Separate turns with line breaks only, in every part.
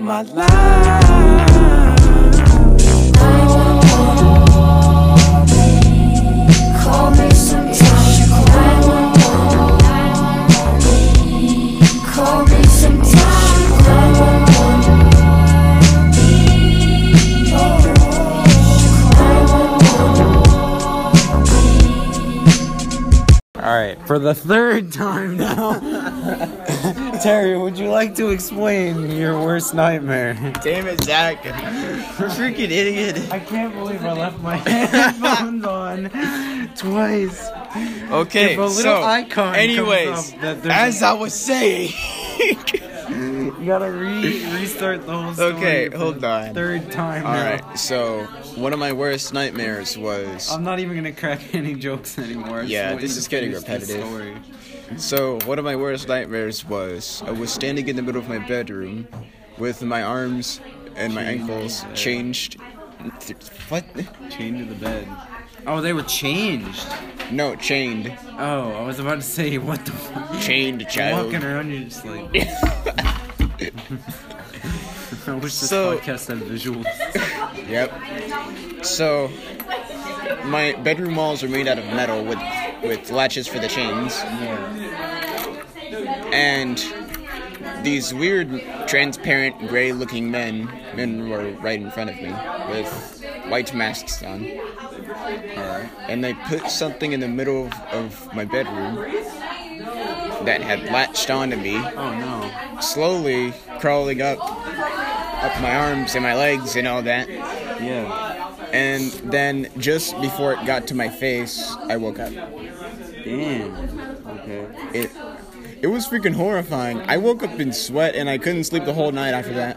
my life.
Call me sometime. 911. Call me sometime.
911. All right, for the third time now, Terry, would you like to explain your worst nightmare?
Damn it, Zach. You're a freaking idiot.
I can't believe I left my headphones on twice.
Okay,
If a little
so,
icon comes
anyways,
up that there's-
as I was saying,
You gotta re- restart the whole story.
Okay,
for
hold
the
on.
Third time now.
alright, so one of my worst nightmares was.
I'm not even gonna crack any jokes anymore. I just
Yeah,
want
this
you
is
to
getting
finish this
repetitive.
story.
So, one of my worst nightmares was I was standing in the middle of my bedroom with my arms and my ankles changed. What?
Chained to the bed. Oh, they were changed.
No, chained.
Oh, I was about to say, what the fuck?
Chained, child.
Walking around, you're just like. I wish this
So-
podcast had visuals.
Yep. So my bedroom walls are made out of metal with with latches for the chains
Yeah.
and these weird transparent gray looking men men were right in front of me with white masks on. And they put something in the middle of, of my bedroom that had latched onto me
Oh no.
slowly crawling up up my arms and my legs and all that.
Yeah.
And then just before it got to my face, I woke up.
Damn. Okay.
It it was freaking horrifying. I woke up in sweat and I couldn't sleep the whole night after that.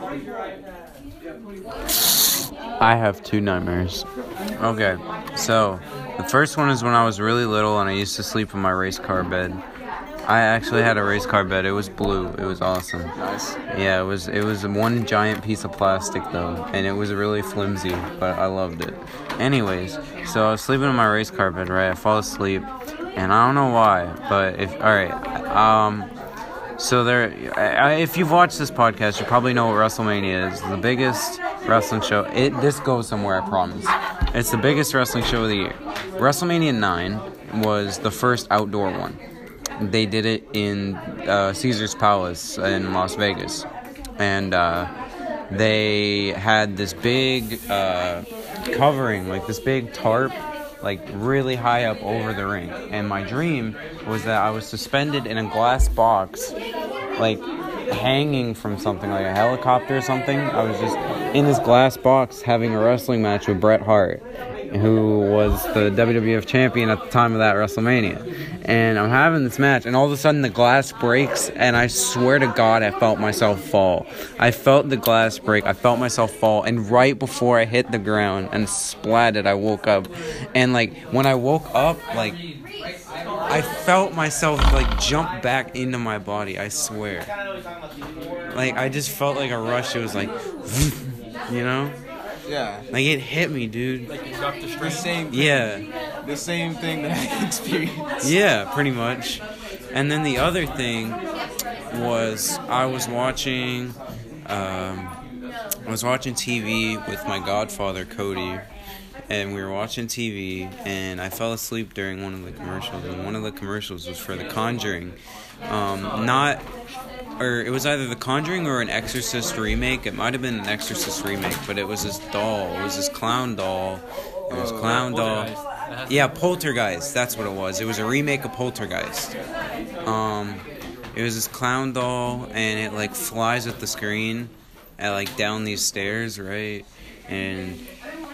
I have two nightmares. Okay, so the first one is when I was really little and I used to sleep in my race car bed. I actually had a race car bed. It was blue. It was awesome.
Nice.
Yeah, it was it was one giant piece of plastic though, and it was really flimsy, but I loved it. Anyways, so I was sleeping in my race car bed, right? I fall asleep, and I don't know why, but if all right, um, so there, I, I- if you've watched this podcast, you probably know what WrestleMania is. The biggest wrestling show. It this goes somewhere, I promise. It's the biggest wrestling show of the year. WrestleMania nine was the first outdoor one. They did it in uh, Caesar's Palace in Las Vegas, and uh, they had this big uh, covering, like this big tarp like really high up over the ring. And my dream was that I was suspended in a glass box, like hanging from something, like a helicopter or something. I was just in this glass box having a wrestling match with Bret Hart, who was the WWF champion at the time of that WrestleMania. And I'm having this match, and all of a sudden the glass breaks, and I swear to God, I felt myself fall. I felt the glass break, I felt myself fall, and right before I hit the ground and splatted, I woke up. And like when I woke up, like I felt myself like jump back into my body, I swear. Like I just felt like a rush, it was like, you know?
Yeah.
Like it hit me, dude.
The same
Yeah.
the same thing that I experienced.
Yeah, pretty much. And then the other thing was I was watching, um, I was watching TV with my godfather Cody, and we were watching TV, and I fell asleep during one of the commercials, and one of the commercials was for The Conjuring, um, not. Or it was either The Conjuring or an Exorcist remake. It might have been an Exorcist remake, but it was this doll. It was this clown doll. It was clown doll. Yeah, Poltergeist. That's what it was. It was a remake of Poltergeist. Um, it was this clown doll, and it like flies at the screen, at like down these stairs, right? And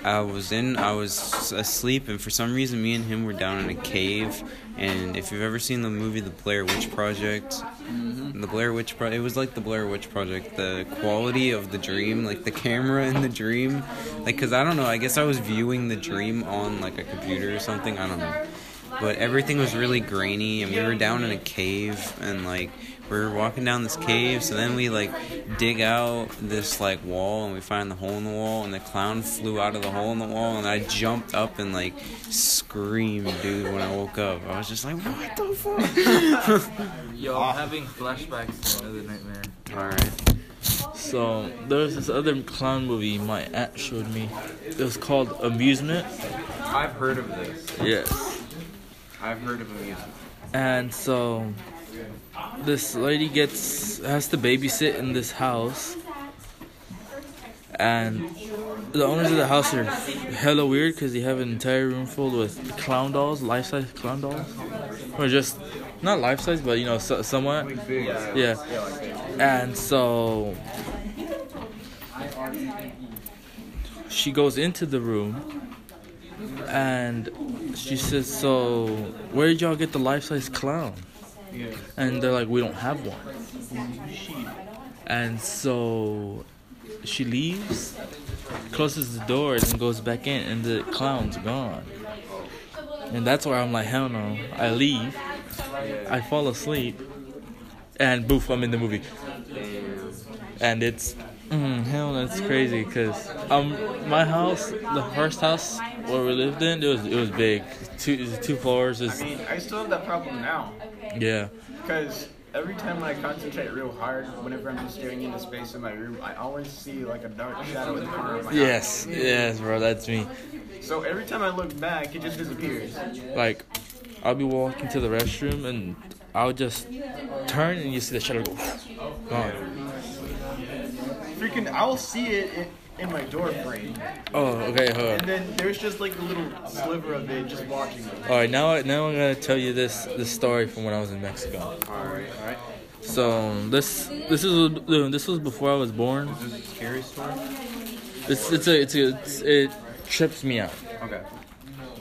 I was in, I was asleep, and for some reason, me and him were down in a cave. And if you've ever seen the movie The Blair Witch Project, the Blair Witch Pro- it was like the Blair Witch Project. The quality of the dream, like the camera in the dream, like because I don't know. I guess I was viewing the dream on like a computer or something. I don't know. But everything was really grainy, and we were down in a cave, and like we were walking down this cave. So then we like dig out this like wall, and we find the hole in the wall, and the clown flew out of the hole in the wall, and I jumped up and like screamed, dude, when I woke up. I was just like, what the fuck?
Yo, I'm having flashbacks to another nightmare.
All right.
So there was this other clown movie my aunt showed me. It was called Amusement.
I've heard of this.
Yes.
I've heard of amusement.
And so this lady gets has to babysit in this house. And the owners of the house are hella weird because they have an entire room full with clown dolls, life size clown dolls. Or just, not life size, but you know, so, somewhat. Yeah. And so she goes into the room and she says, So, where did y'all get the life size clown? And they're like, We don't have one. And so she leaves, closes the door, and then goes back in, and the clown's gone. And that's where I'm like, Hell no. I leave, I fall asleep, and boof, I'm in the movie. And it's mm, hell, that's crazy. Cause um, my house, the first house where we lived in, it was it was big, two it was two floors. Is
I mean, I still have that problem now.
yeah,
Because every time I concentrate real hard, whenever I'm just staring into space in my room, I always see like a dark shadow in the corner of my eye.
yes, yes, bro, that's me.
So every time I look back, it just disappears.
Like, I'll be walking to the restroom and I'll just turn and you see the shadow go gone.
Freaking, I'll see it in, in my door frame.
Oh, okay, hold on.
And then there's just like a little sliver of it just watching me.
All right, now now I'm gonna tell you this this story from when I was in Mexico. All right, all right. So this this is this was before I was born.
Is this a scary story?
It's it's a it's a it's, it trips me out.
Okay.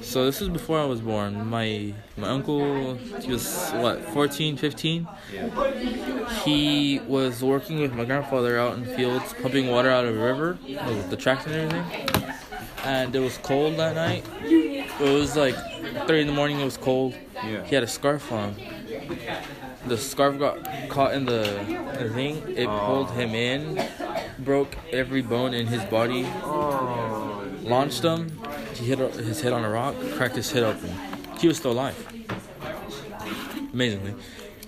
So this was before I was born. My my uncle he was what 14, 15. He was working with my grandfather out in fields, pumping water out of a river with the tractor and everything. And it was cold that night. It was like three in the morning. It was cold.
Yeah.
He had a scarf on. The scarf got caught in the, the thing. It pulled him in, broke every bone in his body. Launched him. He hit his head on a rock, cracked his head open. He was still alive, amazingly.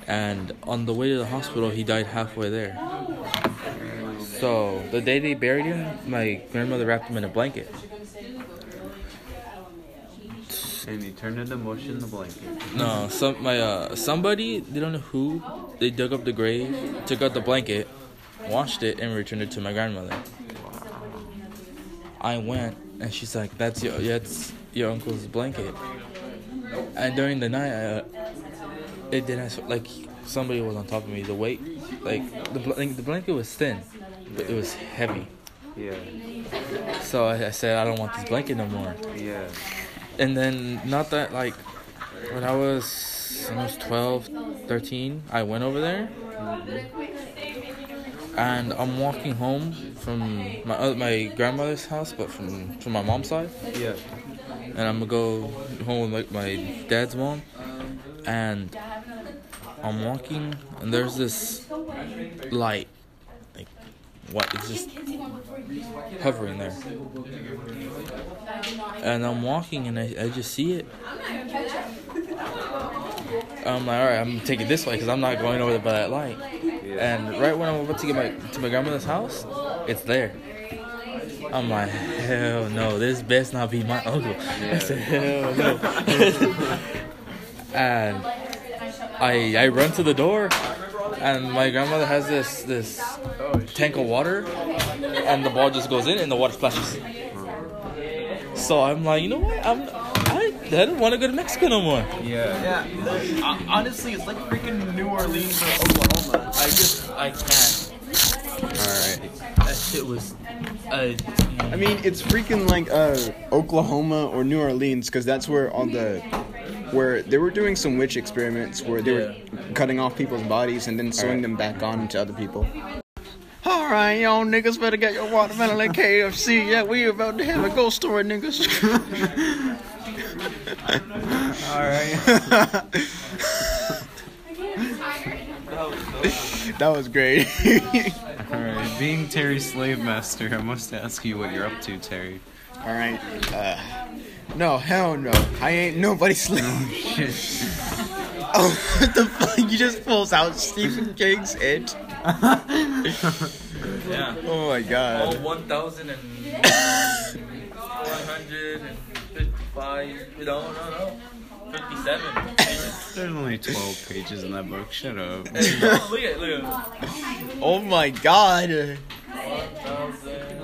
And on the way to the hospital, he died halfway there. So the day they buried him, my grandmother wrapped him in a blanket.
And he turned into mush in the blanket.
No, some my uh somebody they don't know who they dug up the grave, took out the blanket, washed it, and returned it to my grandmother. I went and she's like, "That's your that's your uncle's blanket." And during the night, uh, it didn't like somebody was on top of me. The weight, like the bl- like, the blanket was thin, but it was heavy.
Yeah.
So I, I said, "I don't want this blanket no more."
Yeah.
and then not that like when i was when i was 12 13 i went over there and i'm walking home from my oth- my grandmother's house but from from my mom's side
Yeah.
and i'm gonna go home with my, my dad's mom and i'm walking and there's this light like what it's just hovering there and I'm walking and I, I just see it. I'm like, all right, I'm taking this way because I'm not going over by that light. And right when I'm about to get my to my grandmother's house, it's there. I'm like, hell no, this best not be my uncle. I said, hell no. and I I run to the door, and my grandmother has this this tank of water, and the ball just goes in and the water splashes. So I'm like, you know what? I'm I, I don't want to go to Mexico no more.
Yeah.
Yeah, uh, honestly, it's like freaking New Orleans or Oklahoma.
I just I can't.
Alright.
That shit was. Uh,
I mean, it's freaking like uh, Oklahoma or New Orleans, because that's where all the where they were doing some witch experiments where they were cutting off people's bodies and then sewing them back on to other people. All right, y'all niggas better get your watermelon at KFC. Yeah, we about to have a ghost story, niggas. that was great.
Alright. Being Terry's slave master, I must ask you what you're up to, Terry.
all right. Uh, no, hell no. I ain't nobody sleeping.
Oh, Shit.
Oh, what the fuck? You just pulls out Stephen King's It.
Yeah.
Oh my
All
god.
1,155, no, no, no. 57.
There's only 12 pages in that book. Shut up.
Hey, no, look at look at
Oh my god.
1,100.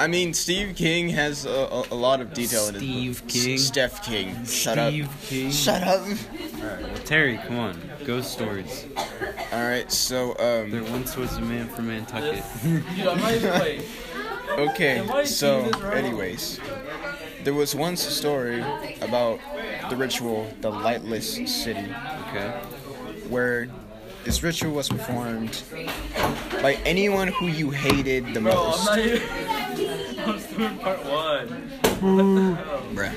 I mean, Steve King has a, a, a lot of detail in his
Steve
book.
King?
S- Steph King. Shut
Steve
up.
King.
Shut up.
Terry, come on. Ghost stories.
Alright, so, um,
There once was a man from Nantucket.
Dude, I'm not even playing.
okay,
I
so,
seeing this wrong?
anyways. There was once a story about the ritual, the Lightless City,
Okay.
where this ritual was performed by anyone who you hated the
Bro, Oh, I'm
most.
not even. I'm still in part one.
Bruh.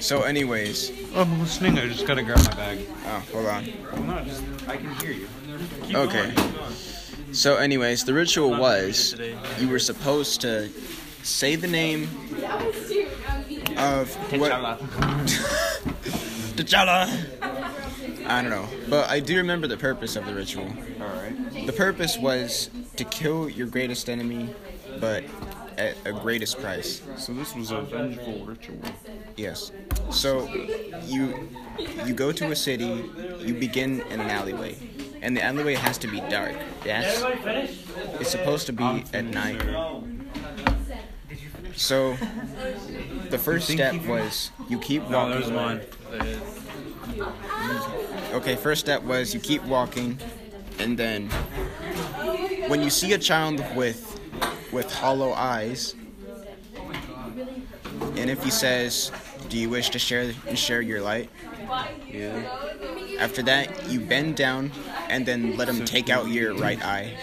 So, anyways,
I'm listening. I just gotta grab my bag.
oh, hold on.
No, just I can hear you.
Keep
Okay.
going, keep going.
So, anyways, the ritual was
today.
you were supposed to say the name of what? T'Challa. I don't know, but I do remember the purpose of the ritual.
All right.
The purpose was to kill your greatest enemy, but at a greatest price.
So this was a vengeful ritual.
Yes. So you you go to a city, you begin in an alleyway. And the alleyway has to be dark. Yes. It's supposed to be at night. So the first
Think
step
you-
was you keep
No,
walking.
there's mine.
Okay, first step was you keep walking, and then when you see a child with with hollow eyes, and if he says, "Do you wish to share share your light?"
Yeah.
After that, you bend down and then let him take out your right eye.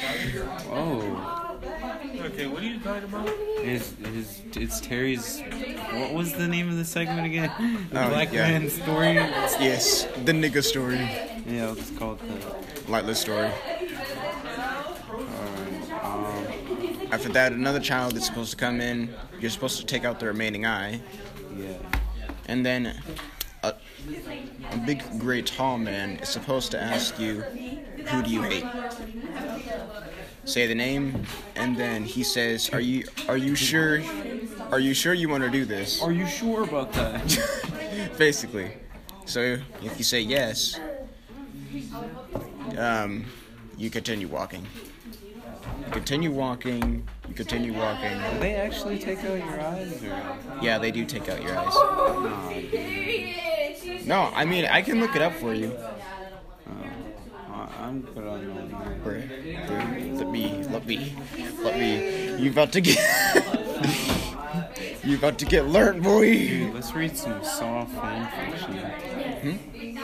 Oh.
Okay, what are you talking about?
It's, it's, it's Terry's. What was the name of the segment again? The
Oh,
Black
yeah.
Man Story?
Yes, the nigga story,
Yeah, let's call it that.
lightless story. Um, After that, another child is supposed to come in. You're supposed to take out the remaining eye.
Yeah.
And then a, a big, gray, tall man is supposed to ask you, Who do you hate? Say the name, and then he says, Are you are you sure are you sure you want to do this?
Are you sure about that?
Basically. So if you say yes, um, you continue walking. You continue walking, you continue walking.
Did they actually take out your eyes? Or?
Yeah, they do take out your eyes. No, I mean I can look it up for you.
I- Uh, I'm good on that. one.
Bruh, bruh, Let me, let me, let me. You about to get. you about to get learned, boy.
Dude, let's read some soft fan fiction.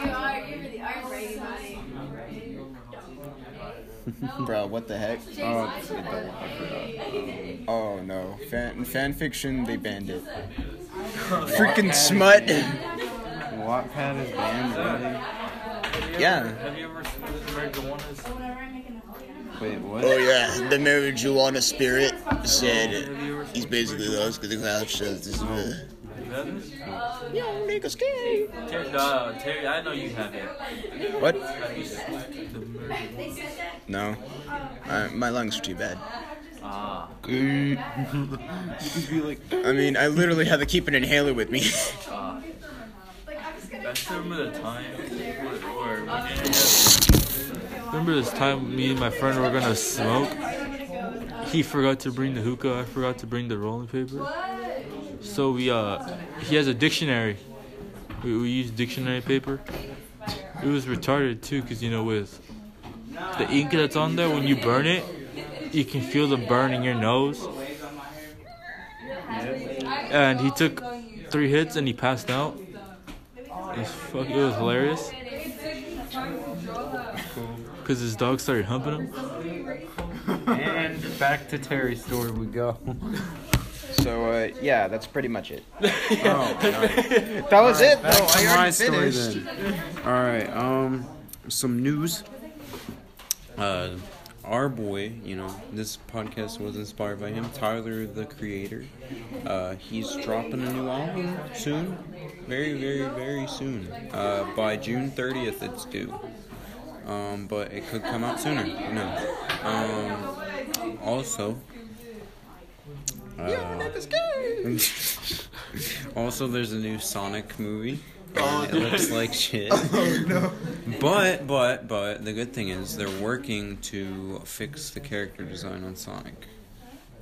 Bro, what the heck?
Oh, it's- it don't- I forgot.
Oh no, fan fan fiction. They banned it. Freaking smut.
Wattpad is banned, really?
Yeah.
Have you ever seen this marijuana?
Wait, what?
Oh yeah, the marijuana spirit said he's basically lost because the cloud shows this. Uh,
You have this?
Yo, niggas gay.
Terry,
uh,
no, Terry, I know you have it.
What?
Have you smoked the marijuana?
No, uh, my lungs are too bad.
Ah.
I mean, I literally had to keep an inhaler with me.
I still remember the time where, where we didn't have- Remember this time me and my friend were gonna smoke? He forgot to bring the hookah, I forgot to bring the rolling paper. So we uh he has a dictionary. We, we used dictionary paper. It was retarded too, cause you know with the ink that's on there when you burn it, you can feel the burn in your nose. And he took three hits and he passed out. It was, fuck, it was hilarious. Because his dog started humping him.
And back to Terry's story we go.
So uh, yeah, that's pretty much it. That was it. though. I already finished.
All right, um, some news. Uh, our boy, you know, this podcast was inspired by him, Tyler the Creator. Uh, he's dropping a new album soon, very, very, very soon. Uh, by June 30th, it's due. um, but it could come out sooner. Who knows? Um, also, uh, also, there's a new Sonic movie. And it looks like shit. Oh no! But but but the good thing is they're working to fix the character design on Sonic.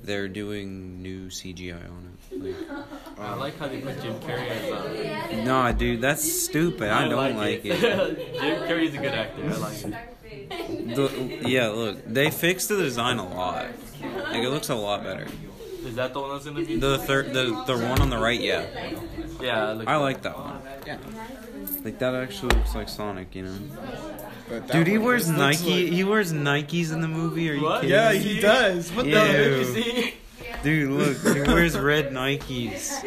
They're doing new CGI on it. Like,
I like how they put Jim Carrey as uh, a.
Nah, dude, that's stupid. I don't like it.
Jim Carrey's a good actor. I like it.
The- yeah, look, they fixed the design a lot. Like it looks a lot better.
Is that the one that's gonna be?
The third, the the one on the right, yeah,
yeah. Look,
I like that one.
Yeah.
Like that actually looks like Sonic, you know.
But that
Dude, he
one
wears
looks
Nike.
like-
he wears Nikes in the movie. Are you
What?
kidding?
Yeah,
me?
he
does. What
Ew.
See?
Dude, look, he wears red Nikes.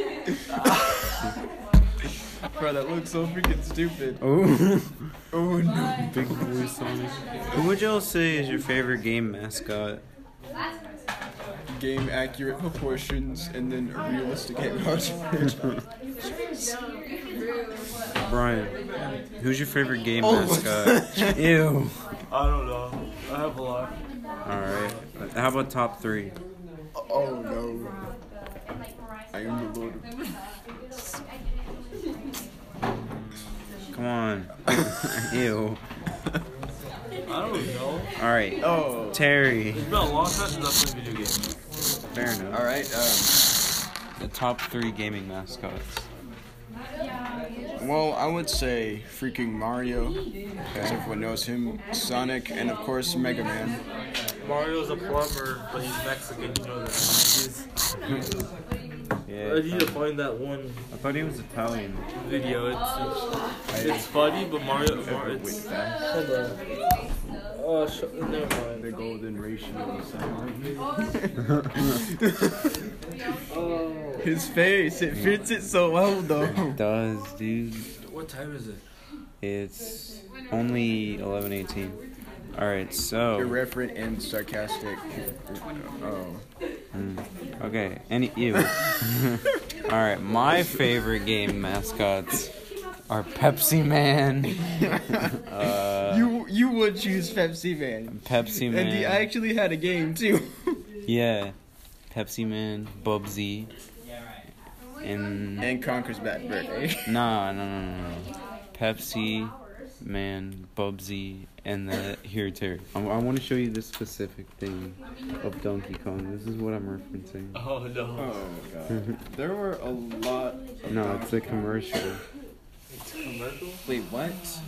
Bro, that looks so freaking stupid.
Oh,
Oh no.
big boy Sonic. Who would y'all say is your favorite game mascot?
Game accurate proportions and then a realistic head posture.
Brian, who's your favorite game mascot? Ew.
I don't know. I have a lot.
All right. How about top three?
oh no. I am the lord of
Come on. Ew.
I don't know.
All right.
Oh.
Terry.
It's been a long time since I played video games.
Fair enough.
All right. Um,
The top three gaming mascots.
well, I would say freaking Mario, as everyone knows him, Sonic, and of course Mega Man.
Mario's a plumber, but he's Mexican. You know that. He's,
Yeah.
I need to find that one
I thought he was Italian.
video. It's it's, it's funny, but Mario. Mar- it's, hold on. Oh, sh- never mind.
The golden ratio.
Oh.
His face, it fits it so well though.
Does dude?
What time is it?
It's only eleven eighteen. All right. So
Irreverent and sarcastic. Oh.
Hmm, okay. Any ew. All right. My favorite game mascots are Pepsi Man. Uh,
You you would choose Pepsi Man.
Pepsi Man.
And he actually had a game too.
Yeah. Pepsi Man, Bubsy. And
and Conquer's Bad Birthday.
nah, no, no, no, no. Pepsi Man, Bubsy, and the here Terry. I, want to show you this specific thing of Donkey Kong. This is what I'm referencing.
Oh no.
Oh god. There were a lot of
No, it's a commercial.
It's commercial?
Wait, what?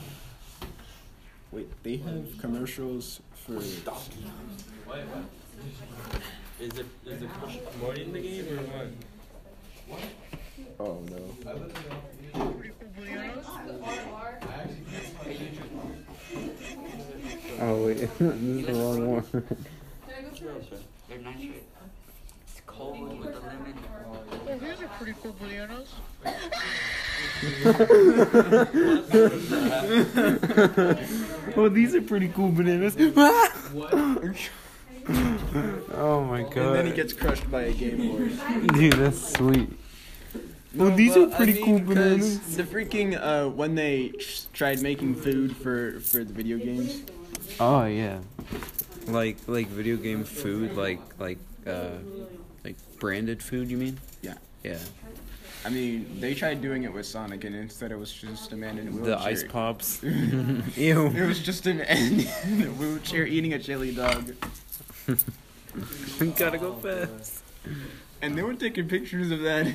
Wait, they have commercials for
Is it is it Marty in the game or what?
Oh no.
Oh wait, this is the wrong one.
They're nice. It's cold with the lemon.
oh, these are pretty cool bananas. oh my god.
And then he gets crushed by a Game Boy.
Dude, that's sweet. Oh, these are
Well, I
pretty
mean,
cool
'cause
bananas.
The freaking uh, when they tr- tried making food for for the video games.
Oh yeah. Like like video game food, like like uh like branded food you mean?
Yeah.
Yeah.
I mean, they tried doing it with Sonic, and instead it was just a man in a wheelchair.
The ice pops. Ew.
It was just a man in a wheelchair eating a chili dog,
Gotta go fast.
and they were taking pictures of that.
My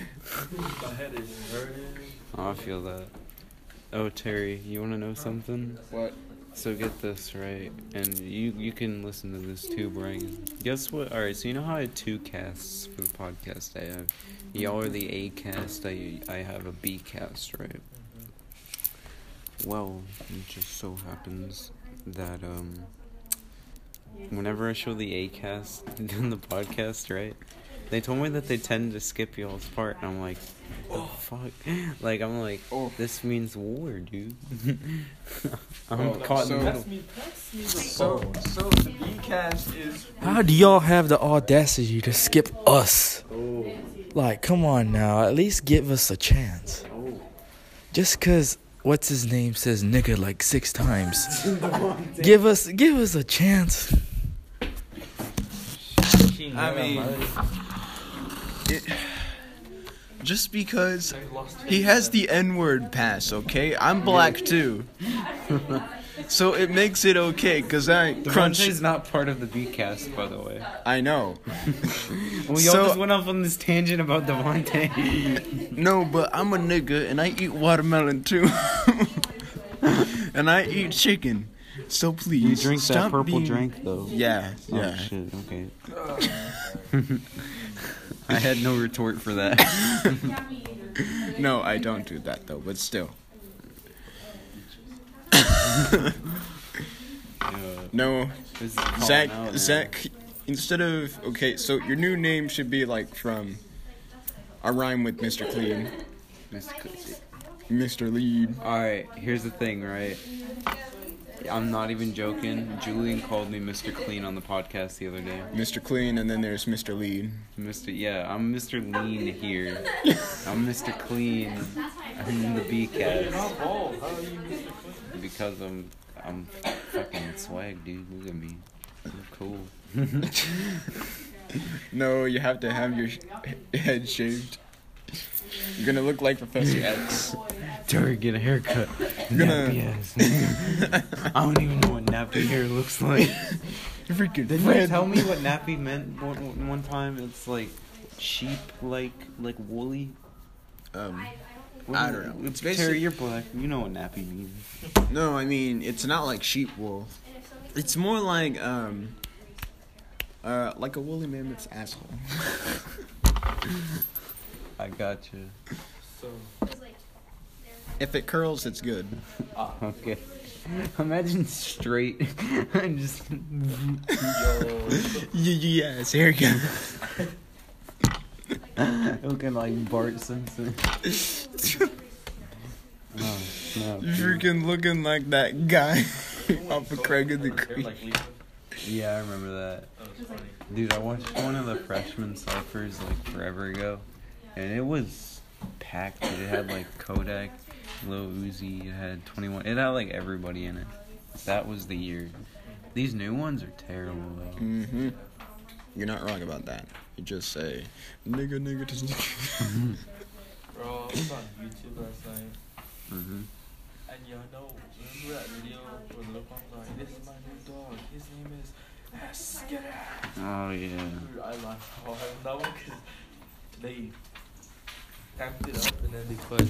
head is hurting.
Oh, I feel that. Oh Terry, you wanna know something?
What?
So get this right, and you you can listen to this too, Brian. Guess what? All right, so you know how I had two casts for the podcast. I have y'all are the A cast. I I have a B cast, right? Well, it just so happens that um, whenever I show the A cast in the podcast, right? They told me that they tend to skip y'all's part, and I'm like, oh fuck, like I'm like,
Oh.
this means war, dude. I'm
Oh,
caught in
so-
the middle.
me, pass me the
So so the B cast is
How do y'all have the audacity to skip us? Like, come on now. At least give us a chance. Just because what's his name says nigga like six times. give us give us a chance.
I mean, it, just because he has the N word pass, okay? I'm black too. so it makes it okay, because I crunch.
Devontae's not part of the B cast, by the way.
I know.
We
So-
all just went off on this tangent about Devontae.
No, but I'm a nigga and I eat watermelon too. and I eat chicken. So please.
you drink
stop
that purple
being-
drink though.
Yeah,
Oh
yeah.
shit. Okay. I had no retort for that.
No, I don't do that though, but still. no,
This is calling
Zach,
out now.
Zach, instead of. Okay, so your new name should be like from. A rhyme with Mr. Clean,
Miss Cookie.
Mr. Lead.
All right, here's the thing, right? I'm not even joking. Julian called me Mr. Clean on the podcast the other day.
Mr. Clean, and then there's Mr. Lead.
Mr. Yeah, I'm Mr. Lean here. I'm Mr. Clean. I'm in the B cast. Because I'm I'm fucking swag, dude. Look at me. I'm cool.
No, you have to have your sh- head shaved. You're gonna look like Professor X.
Terry, get a haircut.
gonna-
Nappy ass. nigga. I don't even know what nappy hair looks like.
Freaking
Didn't you
Fred.
tell me what nappy meant one, one- one time? It's like sheep, like like woolly.
Um,
What
I
is
don't
it?
know. It's
Terry,
basic-
you're black. You know what nappy means.
no, I mean it's not like sheep wool. It's more like um, uh, like a woolly mammoth's asshole.
I got you.
If it curls, it's good.
Okay. Imagine straight. I'm just.
Y- yes, here you go.
looking like Bart Simpson. Oh, no. dude.
Freaking looking like that guy off of Craig of the Creek.
Yeah, I remember that. Dude, I watched one of the freshman ciphers like forever ago, and it was packed. dude. It had like Kodak, Lil Uzi, it had 21. It had like everybody in it. That was the year. These new ones are terrible though.
Mm.
Mm-hmm. You're not wrong about that. You just say nigga, nigga, just nigga.
Bro, I was on YouTube last night,
hmm
and y'all know, remember that video where Lil Pump's like, this is my new dog, his name is S. Get out.
Oh yeah.
Dude, I laughed hard at that one because they amped it up and then they put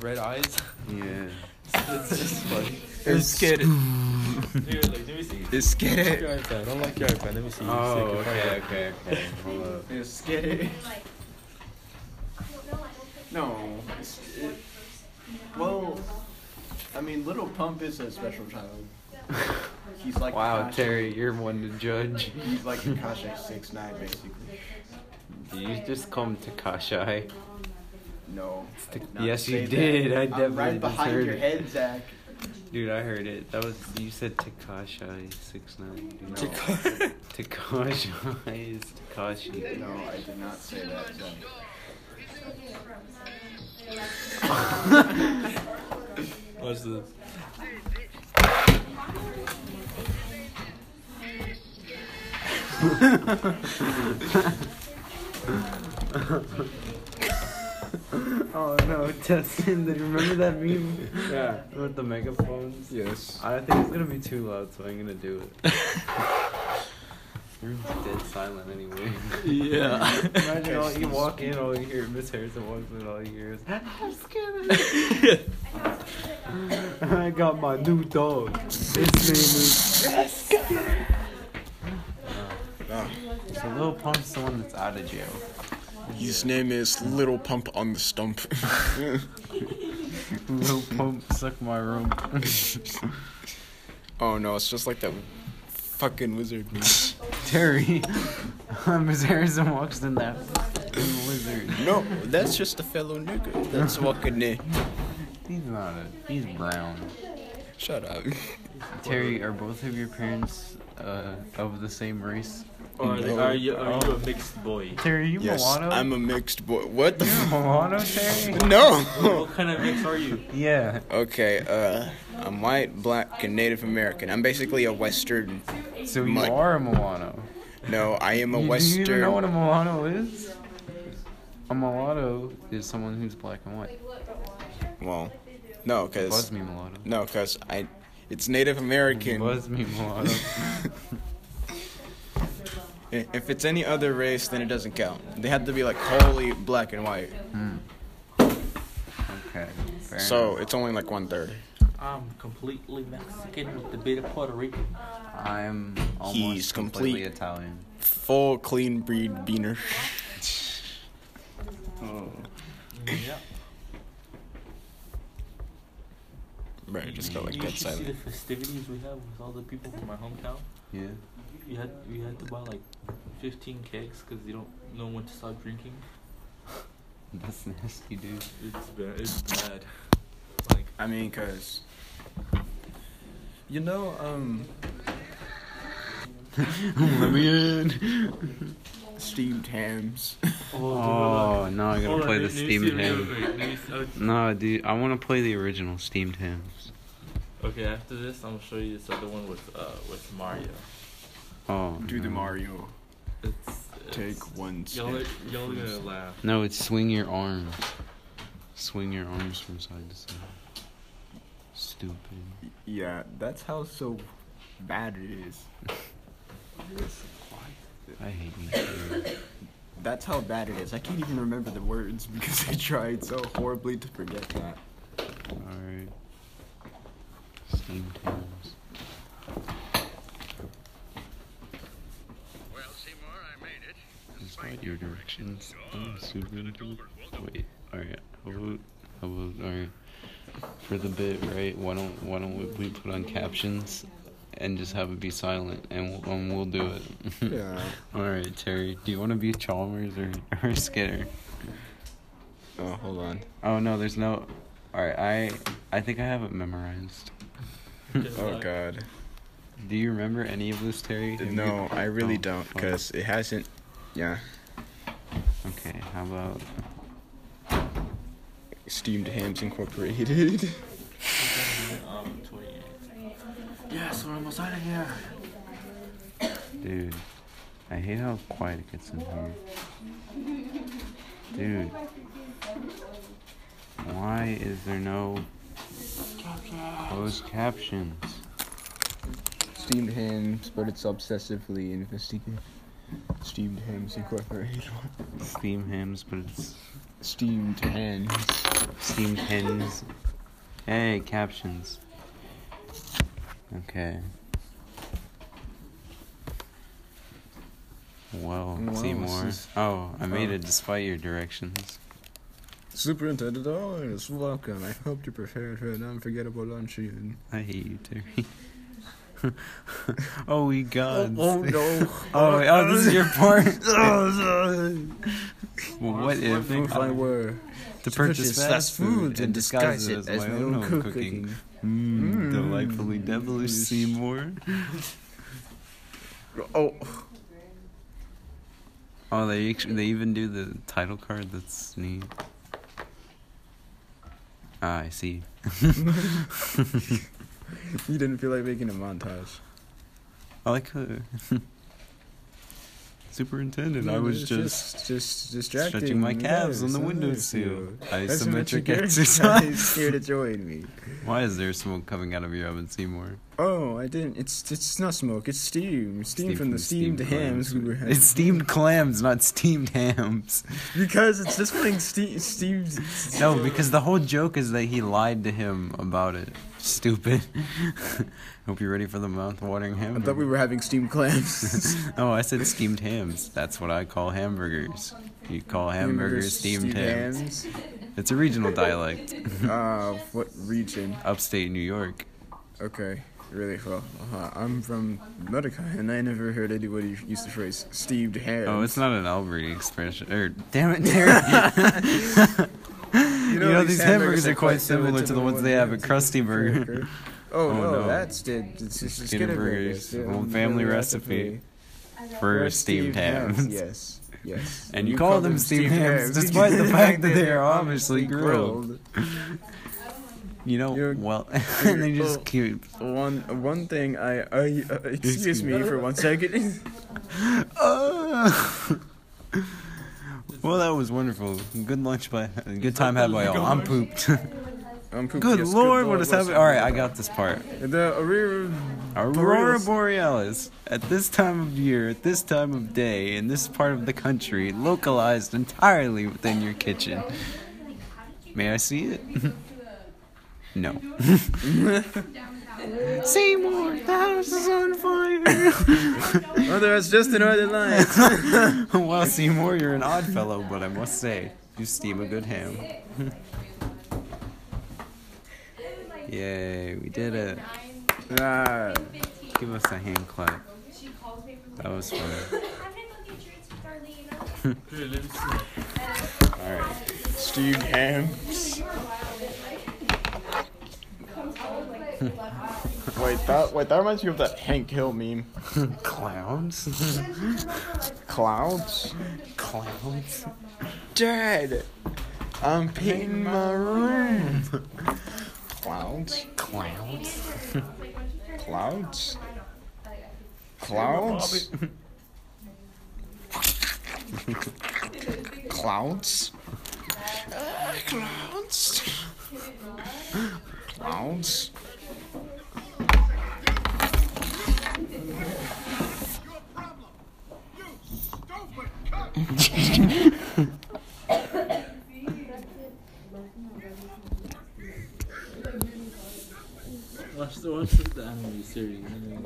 red eyes.
Yeah.
it's just funny.
Let's get it.
Dude, like, let me see.
Let's get
Check
it.
your iPad. I don't like your iPad. Let me see.
Oh,
Check your
okay,
iPad.
okay, okay. Hold up.
Just get it. No. it's- it- well, I mean, Little Pump is a special child. He's like
Wow,
Akashi-
Terry, you're one to judge.
He's like Akasha six nine basically.
You just call him Takashi.
No. I did not
Yes, you
say that.
did. I
I'm
definitely
right
just
behind
heard
your
it.
head, Zach.
Dude, I heard it. That was you said Takashi six nine. No. Takashi is Takashi.
No, I did not say that, Zach.
Watch this.
Oh no, Testin! Remember that meme? Yeah, with the megaphones.
Yes.
I think it's gonna be too loud, so I'm gonna do it. Room's dead silent anyway.
Yeah.
Imagine all you walk in, all you hear Miss Harrison walks in, all you hear is "Ah, I'm scared. I got my new dog. His name is Ah, It's a little pump someone that's out of jail.
His name is Little Pump on the Stump.
Little pump suck my room.
oh no, it's just like that fucking wizard.
Terry. Miss Harrison walks in that fucking wizard.
no, that's just a fellow nigga that's walking in.
He's not a he's brown.
Shut up.
Terry, are both of your parents uh, of the same race?
Or are, they, are, you, are you a mixed boy?
Terry, are you
Yes,
Milano?
I'm a mixed boy. What the? F-
Milano, Terry?
no.
What kind of mix are you?
yeah.
Okay. Uh, I'm white, black, and Native American. I'm basically a Western.
So you
Mike.
are a Milano.
No, I am a
You- Do
Western.
you even know what a Milano is? A mulatto is someone who's black and white.
well, no,
Buzz
cause
me mulatto.
no, cause I. It's Native American.
Buzz me mulatto.
I- If it's any other race, then it doesn't count. They have to be like wholly black and white.
Hmm. okay. Fair
So it's only like one third.
I'm completely Mexican with a bit of Puerto Rican.
enough. I'm almost
He's
completely
complete.
Italian.
Full clean breed beaner.
Yeah.
Right, just go like
you
that
should see the
silent.
festivities we have with all the people from my hometown.
Yeah.
We had we had to buy like 15 cakes because you don't know when to stop drinking.
That's nasty, dude.
It's bad. It's bad. Like
I mean, cause you know, um,
Let me in.
steamed hams.
Oh, no, I gotta play the steamed ham.
ham.
No, dude, I wanna play the original steamed hams.
Okay, after this, I'm gonna show you this other one with uh with Mario.
Oh.
Do the
no.
Mario.
It's, it's
Take one
Y'all are,
sip.
y'all are gonna laugh.
No, it's swing your arms. Swing your arms from side to side. Stupid.
Yeah, that's how so bad it is.
I hate you.
That's how bad it is. I can't even remember the words because I tried so horribly to forget that.
Alright. Steamed hams.
Well, Seymour, I made it.
Despite your directions, I'm super Wait, alright, how about, how about, alright. For the bit, right, why don't, why don't we- we put on captions and just have it be silent and we'll, um, we'll do it.
Yeah.
alright, Terry, do you want to be Chalmers or, or Skinner?
Oh, hold on.
Oh no, there's no, alright, I, I think I have it memorized.
Just
Oh
like-
God.
Do you remember any of this, Terry? Have you-
No, I really
Oh,
don't,
fuck.
cause it hasn't. Yeah.
Okay, how about,
Steamed Hams Incorporated.
Um, 28.
dude, I hate how quiet it gets in here. Dude. Why is there no closed captions?
Steamed Hams, but it's obsessively investigative. Steamed Hams Incorporated.
Steam hams, but it's
Steamed Hams.
steamed hens. Hey, captions. Okay. Well,
Wow,
see
this
more.
is-
Oh, I made it despite your directions.
Superintendent Owens, welcome. I hope you prepared for an unforgettable luncheon.
I hate you, Terry. oh, we gods. Oh,
no.
oh, wait, oh, this is your part. well, what if
if I were
to purchase fast food and disguise it as my own home cooking? Mm, delightfully devilish Seymour.
Oh,
Oh, they actu- they even do the title card. That's neat. Ah, I see.
you didn't feel like making a montage.
I like her. Superintendent, I was just
just distracting.
stretching my calves on the
Yes,
windowsill.
yes, yes.
Isometric
Isometric
exercise.
Here to join me.
Why is there smoke coming out of your oven, Seymour?
Oh, I didn't. It's it's not smoke. It's steam. Steam, from, the steamed, hams we were having.
It's steamed clams, not steamed hams.
because it's displaying ste- steamed.
No, because the whole joke is that he lied to him about it. Stupid. Hope you're ready for the mouth-watering
I
hamburger.
thought we were having steamed clams.
oh, I said steamed hams. That's what I call hamburgers. You call
Remember
hamburgers steamed, hams. It's a regional dialect.
hams? Uh, what region?
Upstate New York.
Okay, really well. Uh, I'm from Medica, and I never heard anybody use the phrase steamed hams.
Oh, it's not an Alberty expression. Or damn it, Derek. you know, these hamburgers are quite similar to the ones they have at Krusty Burger.
Oh,
Oh,
no,
no.
that's the it's just
Skinner Burgers, old family recipe. for steamed hams.
Yes. Yes.
And you, call, them steamed hams, despite the fact that they are obviously grilled. You know,
You're-
well, and they just
oh.
keep.
One one thing I I uh, excuse me for one second.
Ah. well, that was wonderful. Good lunch by, good time had by all. I'm pooped.
Um, poop-
good
yes,
lord, what
lord,
is
what's
happening? All right, I got this part.
The Aurora.
Aurora Borealis, at this time of year, at this time of day, in this part of the country, localized entirely within your kitchen. May I see it? no. Seymour, the house is on fire!
Mother has oh, just the northern lights.
well, Seymour, you're an odd fellow, but I must say, you steam a good ham. Yay, we did it.
Ah,
Give us a hand clap. That was fun.
Here, let me see.
steamed ham. wait, that wait that reminds me of that Hank Hill meme.
Clowns?
Clouds.
Clowns?
Dad, I'm painting my room. Clouds.
Clowns?
Clouds. Clouds. Clouds. Uh, clouds. Clouds.
Watch the watch the anime series. you know.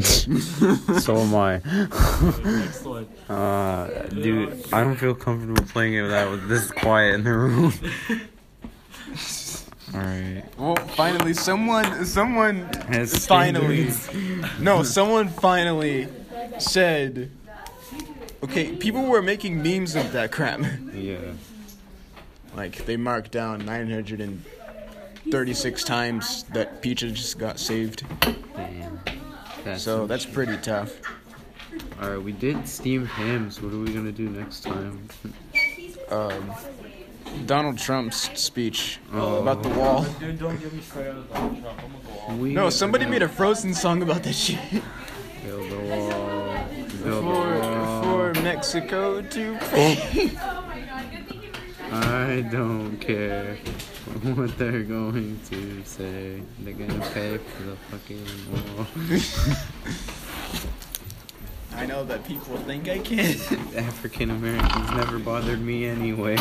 so am I.
Next one.
Uh, dude, I don't feel comfortable playing it without with this quiet in the room. Alright.
Well, finally, someone, someone,
Has
finally, no, someone finally said, okay, people were making memes of that crap.
Yeah.
Like they marked down 936 times that Peaches just got saved.
Damn. That's
So that's pretty tough.
Alright, we did steamed hams. What are we gonna do next time?
Um, Donald Trump's speech
Oh.
about the wall.
Dude, don't get me started on Donald Trump. I'm gonna go off.
We
No, somebody made a Frozen song about that shit.
Build the wall. Build
For,
the wall.
for Mexico to.
I don't care what they're going to say. They're gonna pay for the fucking wall.
I know that people think I can.
African Americans never bothered me anyway.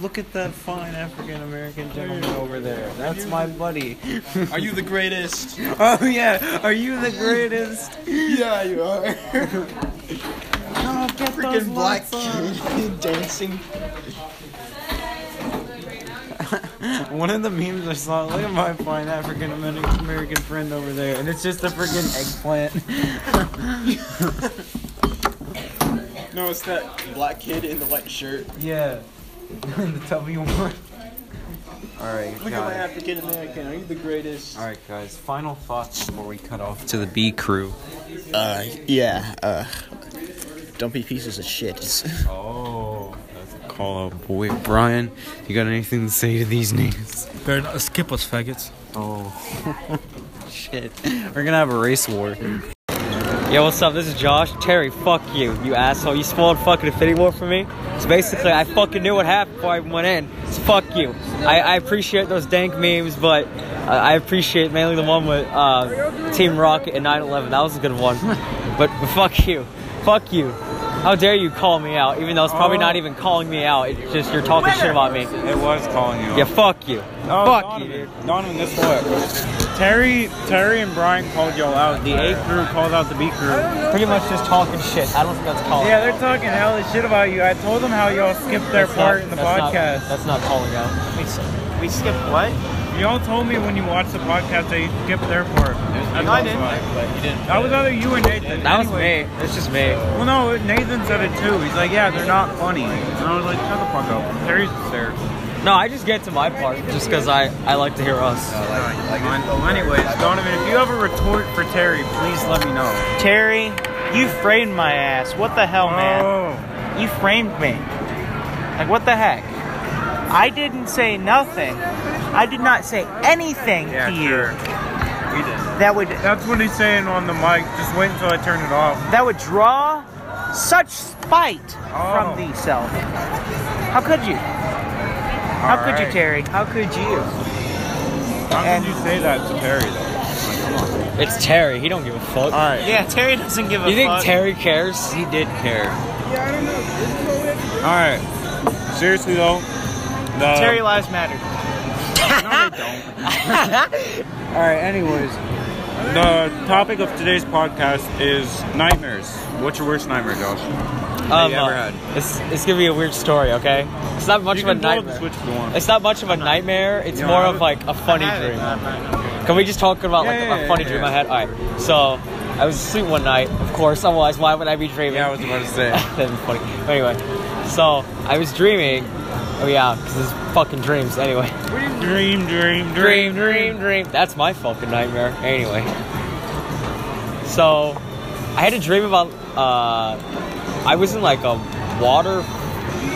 Look at that fine African American gentleman over there. That's my buddy.
Are you the greatest?
Oh yeah, are you the greatest?
yeah, you are.
No, get those
Freaking black
lights on.
kid dancing.
One of the memes I saw, look at my fine African American friend over there, and it's just a freaking eggplant.
No, it's that black kid in the white shirt.
yeah, the tubby one. Alright,
Look at my African American. Are you the greatest?
Alright, guys, final thoughts before we cut off to the B crew.
Uh, yeah, uh, don't be pieces of shit.
Oh, that's a call out. But wait, Brian, you got anything to say to these niggas?
Better not skip us, faggots.
Oh, shit. We're gonna have a race war.
Yo, what's up? This is Josh. Terry, fuck you, you asshole. You spoiled fucking Infinity War for me. So basically, I fucking knew what happened before I went in. So fuck you. I, I appreciate those dank memes, but uh, I appreciate mainly the one with uh, Team Rocket and 9 11. That was a good one. But, but fuck you. Fuck you. How dare you call me out? Even though it's probably not even calling me out. It's just you're talking shit about me.
Uh-huh. It was calling you. Oh,
Yeah, fuck you.
No,
fuck
Donovan.
you, dude.
Donovan, this what? Terry, Terry and Brian called y'all out. The A crew called out the B crew.
Pretty much just talking shit. I don't think that's calling.
Yeah, they're talking hella shit about you. I told them how y'all skipped their
That's
part
not-
in the
that's not-
podcast.
that's not calling out.
We, we skipped what? Y'all told me when you watched the podcast that you skipped their part.
No, I didn't.
That was either you or Nathan.
That was
Anyway.
me. It's just me.
Well, no, Nathan said it too. He's like, yeah, they're not funny. And I was like, shut the fuck up. Terry's there.
No, I just get to my part just because I, I like to hear us.
Well, anyways, Donovan, if you have a retort for Terry, please let me know.
Terry, you framed my ass. What the
Oh,
hell,
Oh.
man? You framed me. Like, what the heck? I didn't say nothing. I did not say anything to you. That would.
That's what he's saying on the mic. Just wait until I turn it off.
That would draw such spite from thee self. How could you? How could you,
Alright.
Terry? How could you?
How could you say that to Terry though?
It's Terry. He don't give a fuck. All
right.
Yeah, Terry doesn't give
you think Terry cares? He did care.
All right. Seriously though, the-
Terry lives matter.
All right. Anyways, the topic of today's podcast is nightmares. What's your worst nightmare, Josh?
Um, uh, It's, it's gonna be a weird story, okay? It's not much
You
of
can
a
pull up the
nightmare.
switch if you want.
It's not much of a nightmare. It's
Yeah,
more
I
of
would-
like a funny
I had it,
dream.
I
Can we just talk about like
Yeah,
a
yeah,
funny
yeah,
dream
yeah.
I had? All right. So I was asleep one night, of course. Otherwise, why would I be dreaming? Yeah, I was about to say that'd be funny. But anyway, so I was dreaming. Oh yeah, because it's fucking dreams. Anyway.
Dream, dream,
dream, dream, dream. That's my fucking nightmare. Anyway, so I had a dream about uh, I was in like a water.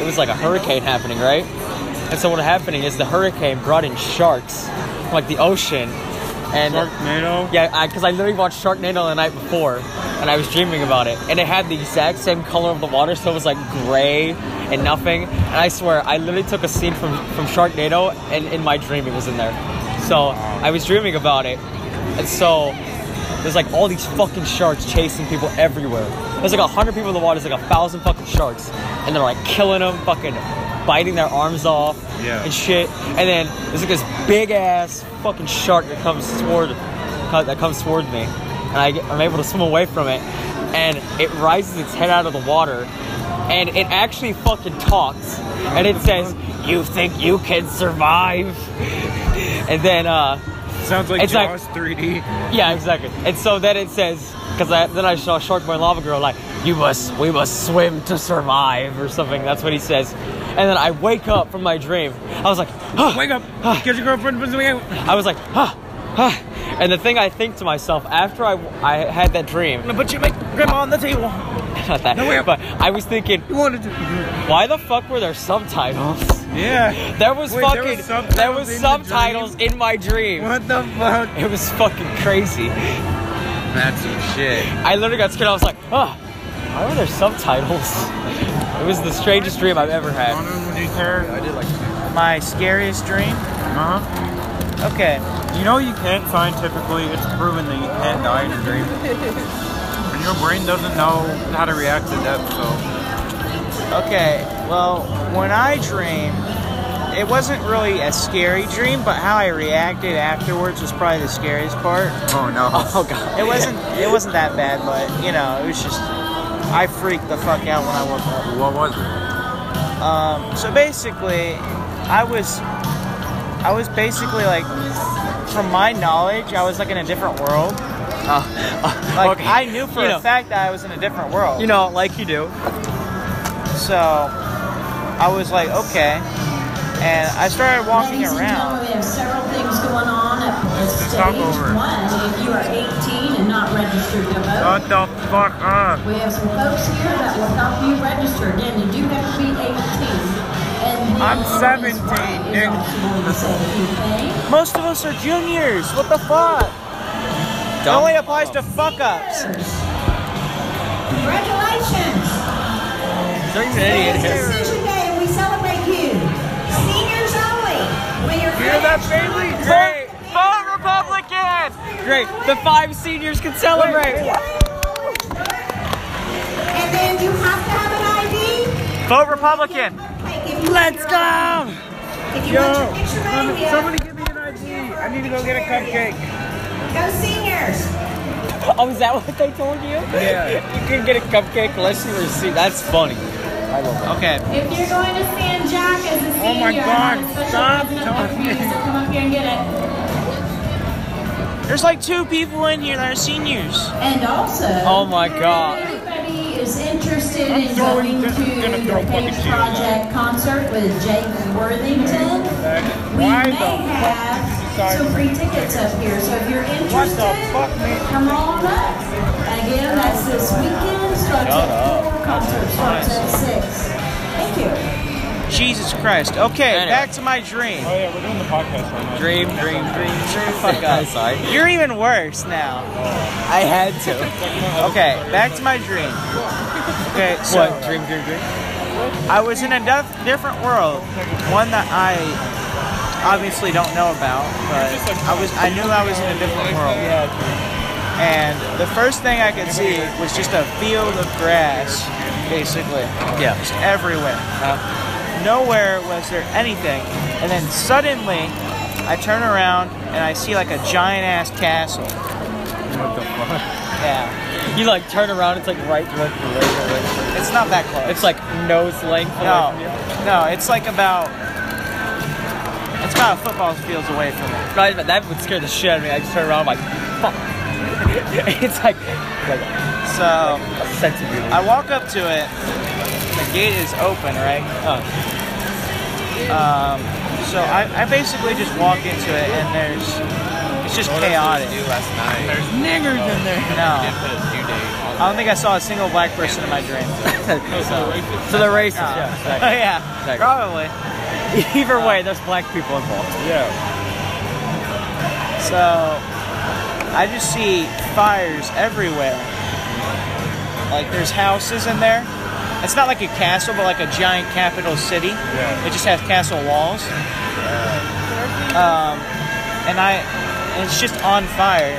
It was like a hurricane happening, right? And so what happening is the hurricane brought in sharks, from, like the ocean. And
Sharknado.
Yeah, because I, literally watched Sharknado the night before, and I was dreaming about it, and it had the exact same color of the water, so it was like gray and nothing. And I swear, I literally took a scene from from Sharknado, and in my dream it was in there. So I was dreaming about it, and so there's like all these fucking sharks chasing people everywhere. There's like a hundred people in the water. There's like a thousand fucking sharks, and they're like killing them, fucking biting their arms off
Yeah.
and shit. And then there's like this big ass fucking shark that comes toward co- that comes toward me, and I get, I'm able to swim away from it. And it rises its head out of the water, and it actually fucking talks, and it says, "You think you can survive?" and then uh,
Sounds like
it's like
Jaws 3D.
yeah, exactly. And so then it says, because I, then I saw Shark Boy and Lava Girl, like, you must, we must swim to survive, or something. That's what he says. And then I wake up from my dream. I was like, ah,
wake up, get your girlfriend,
I was like, ah, ah. And the thing I think to myself after I, I had that dream. I'm
gonna put your my grandma on the table.
Not that.
No, wait up.
but I was thinking, why the fuck were there subtitles?
Yeah.
There was
Wait, there
fucking
was
there was
subtitles in the
subtitles in my dream.
What the fuck?
It was fucking crazy.
That's some shit.
I literally got scared. I was like, oh, why were there subtitles? It was the strangest dream I've ever had.
I did like.
My scariest dream?
Uh huh.
Okay.
You know you can't scientifically. It's proven that you can't die in a dream. And your brain doesn't know how to react to death, so.
Okay, well, when I dream, it wasn't really a scary dream, but how I reacted afterwards was probably the scariest part.
Oh no.
Oh god. It wasn't it wasn't that bad, but you know, it was just I freaked the fuck out when I woke up.
What was it?
Um, so basically, I was, I was basically like, from my knowledge, I was like in a different world. like
Oh, okay.
I knew for
You
a
know.
fact that I was in a different world.
You know, like you do.
So I was like, okay, and I started walking around.
We have several things going on at Police Stage
over.
1. If you are 18 and not registered to vote,
Shut the fuck up.
we have some folks here that will help you register. Again, you do have to be 18. And the
I'm 17,
Nick.
Most of us are juniors. What the fuck? It
Dumb
only applies to fuck ups.
Congratulations!
There's an idiot
Today
here.
is decision day and we celebrate you. Seniors only. When you're
Hear that, Bailey? Great. Vote Republican! Great. The five seniors can celebrate.
And then you have to
Vote Republican.
Let's go.
If you want your Yo,
picture
somebody- somebody
give me an ID. I need to go get a cupcake. Go seniors.
Oh, is that what they told you?
Yeah.
you could get a cupcake unless you receive. That's funny. I love that. Okay.
If you're going to San Jack as a senior,
Oh my God,
on a special
stop
visit up there for you, so come up here and get it.
There's like two people in here that are seniors.
And also,
Oh my god.
anybody is interested in going to the Page Project concert with Jake Worthington, we may have some free tickets up here. So if you're interested, come on up. Again, that's this weekend. Starts at four. Concert starts at six. Thank you.
Jesus Christ. Okay, back to my dream. Oh yeah, we're doing the podcast right now. Dream, dream, dream, dream. Fuck Oh. up.
Sorry.
You're even worse now. I had to. okay, back to my dream. Okay, so
What? Dream, dream, dream.
I was in a def- different world, one that I obviously don't know about, but I was I knew I was in a different world. And the first thing I could see was just a field of grass, basically.
Yeah. Uh-huh.
Just everywhere. Nowhere was there anything. And then suddenly, I turn around and I see like a giant ass castle. What the fuck? Yeah.
You like turn around. It's like right length away. Right
It's not that close.
It's like nose length. away
No,
from you.
no, it's like about. It's about a football fields away from me.
Right, but that would scare the shit out of me. I just turn around. I'm like, fuck. it's like, like
so. I walk up to it. The gate is open, right? Um, so I, I basically just walk into it, and there's it's just chaotic. There's niggers in there. No, I don't think I saw a single black person in my dream. so,
So they're racist, yeah, exactly.
yeah,
Exactly.
probably.
Either way, there's black people involved.
Yeah. So I just see fires everywhere. Like there's houses in there. It's not like a castle, but like a giant capital city. Yeah. It just has castle walls. Um, and I, and it's just on fire.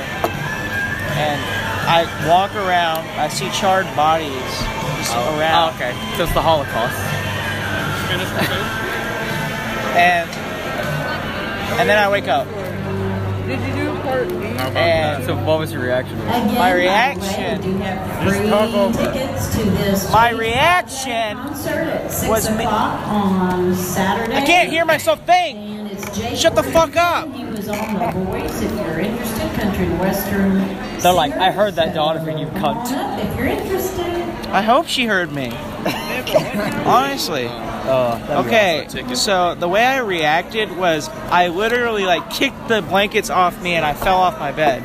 And I walk around. I see charred bodies just
Oh,
around.
oh, okay. So it's the Holocaust.
and and then I wake up.
Did you do part B?
And
so what was your reaction?
Again,
my
by the way,
reaction.
we do have free tickets to this
My
Jake
reaction
concert at six
was me-
o'clock on Saturday.
I can't hear myself think. Shut the fuck up.
He was on The Voice. If you're interested, country and western.
They're like, I heard that daughter you cunt.
If you're interested,
I hope she heard me. Honestly.
Oh, that'd be
okay, so the way I reacted was I literally like kicked the blankets off me and I fell off my bed.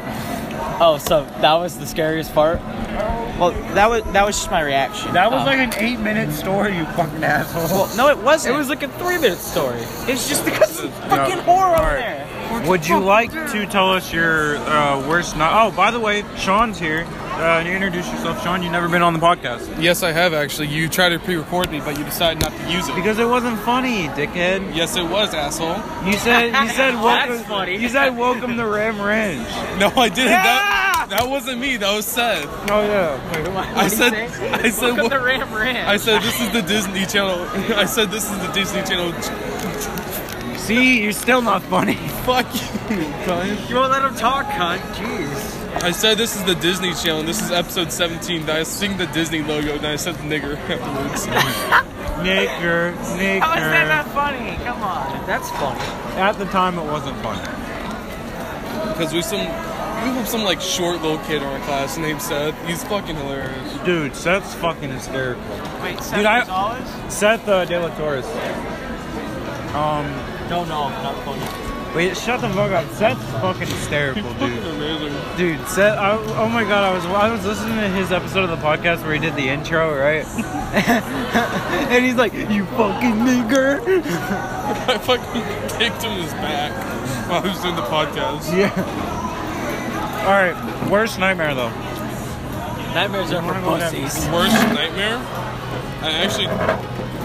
Oh, so that was the scariest part?
Well, that was that was just my reaction.
That was
Oh.
like an eight minute story, you fucking asshole.
Well, no, it wasn't. It was
like a three minute story.
It's just because of fucking horror over there.
Would you like to tell us your uh, worst night? Oh, by the way, Sean's here. Uh, you introduce yourself, Sean. You've never been on the podcast.
Yes, I have actually. You tried to pre-record me, but you decided not to use it
because it wasn't funny, dickhead.
Yes, it was, asshole.
You said you said welcome.
That's funny.
You said welcome to Ram Ranch.
No, I didn't. That, that wasn't me. That was Seth.
Oh yeah. Wait, what?
I said. I said.
Welcome
what-
to Ram Ranch.
I said this is the Disney Channel. I said this is the Disney Channel.
See, you're still not funny.
Fuck you, cunt.
You won't let him talk, cunt.
Oh,
Jeez.
I said this is the Disney Channel. This is episode 17. Then I sing the Disney logo. Then I said the nigger afterwards.
Nigger, nigger.
How is that not funny? Come on.
That's funny.
At the time, it wasn't funny.
Because we some we have some like short little kid in our class named Seth. He's fucking hilarious.
Dude, Seth's fucking hysterical.
Wait,
Seth
Gonzalez?
Seth uh, De La Torres. Um.
No, no, not funny.
Wait, shut the fuck up. Seth's fucking hysterical, dude.
amazing.
Dude, Seth. I, oh my god, I was I was listening to his episode of the podcast where he did the intro, right? and he's like, "You fucking nigger."
I fucking kicked him in his back while he was doing the podcast.
Yeah. All right. Worst nightmare though.
Nightmares are for pussies.
Worst nightmare? I actually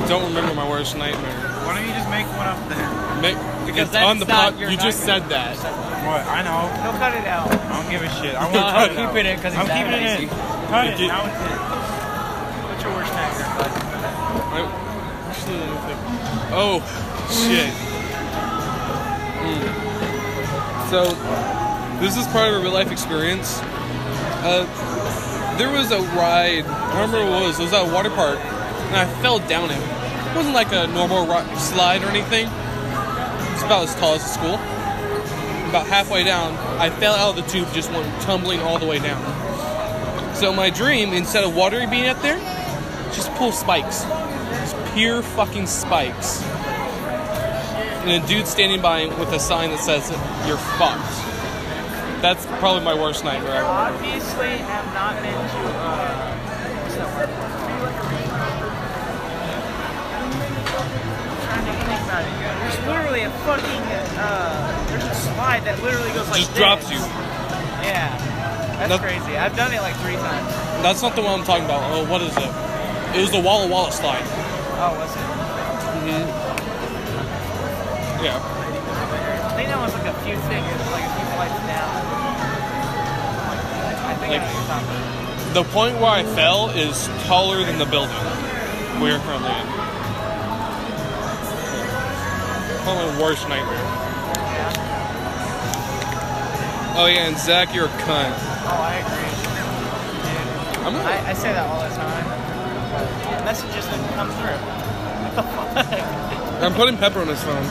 don't remember my worst nightmare.
Why don't you just make one up then?
Make,
Because
it's on
that's
the
not
pod.
your
You just said that.
What? I know.
He'll cut it out.
I don't give a shit. I
No,
want to
keep it in 'cause
I'm
it's
keeping it
amazing.
in. Cut
You
it.
keep-
Now it's in. What's your worst nightmare?
I actually let me think. Oh, shit. Mm. So, this is part of a real life experience. Uh, there was a ride. I don't remember what it was. It was at a water park, and I fell down it. It wasn't like a normal rock slide or anything. It's about as tall as a school. About halfway down, I fell out of the tube, just went tumbling all the way down. So my dream, instead of water being up there, just pull spikes. Just pure fucking spikes. And a dude standing by with a sign that says, "You're fucked." That's probably my worst nightmare. I remember.
Obviously, I'm not meant to. Uh, what's that word? Trying to think about it. There's literally a fucking. Uh, there's a slide that literally goes like.
Just
this.
drops you.
Yeah. That's
That-
crazy. I've done it like three times.
That's not the one I'm talking about. Oh, what is it? It was the Walla Walla slide.
Oh, was it?
Mm-hmm. Yeah.
I think that was like a few figures, like a few flights down. I think I know what you're talking about.
The point where I fell is taller than the building we're currently in. Probably my worst nightmare. Oh yeah, and Zach, you're a cunt.
Oh, I agree. Dude, I, I say that all the time. Messages that come through. What the fuck?
I'm putting pepper on his phone.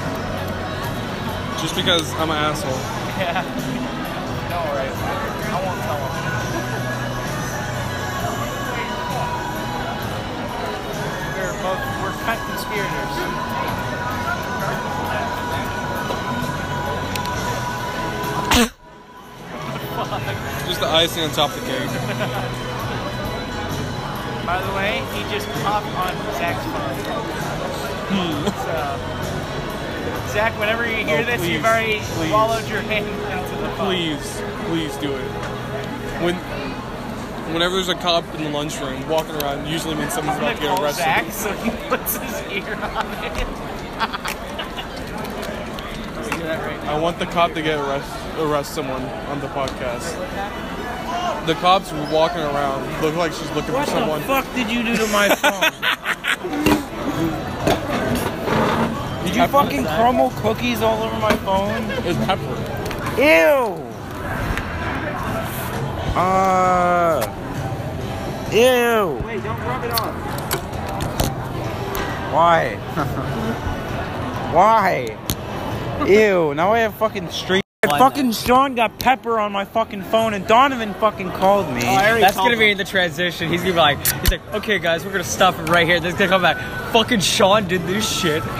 Just because I'm an asshole.
yeah. No worries. I won't tell him. We're both we're cut conspirators.
Just the icing on top of the cake.
By the way, he just popped on Zach's phone. so, Zach, whenever you hear
Oh,
this,
please,
you've already
please.
swallowed your hand into the phone.
Please, please do it. When, whenever there's a cop in the lunchroom walking around, usually means someone's
I'm
about
gonna
to get
call
arrested.
Zach so he puts his ear on it. Just do that right
I want the cop to get arrest arrest someone on the podcast. The cops walking around look like she's looking
What
for
the
someone.
fuck did you do to my
phone?
Did you fucking crumble cookies all over my phone?
It's pepper.
Ew. Uh. Ew.
Wait, don't rub it on.
Why? Why? Ew. Now I have fucking street. Fucking Sean got pepper on my fucking phone, and Donovan fucking called me.
That's gonna be in the transition. He's gonna be like, he's like, okay, guys, we're gonna stop him right here. This gonna come back. Fucking Sean did this shit.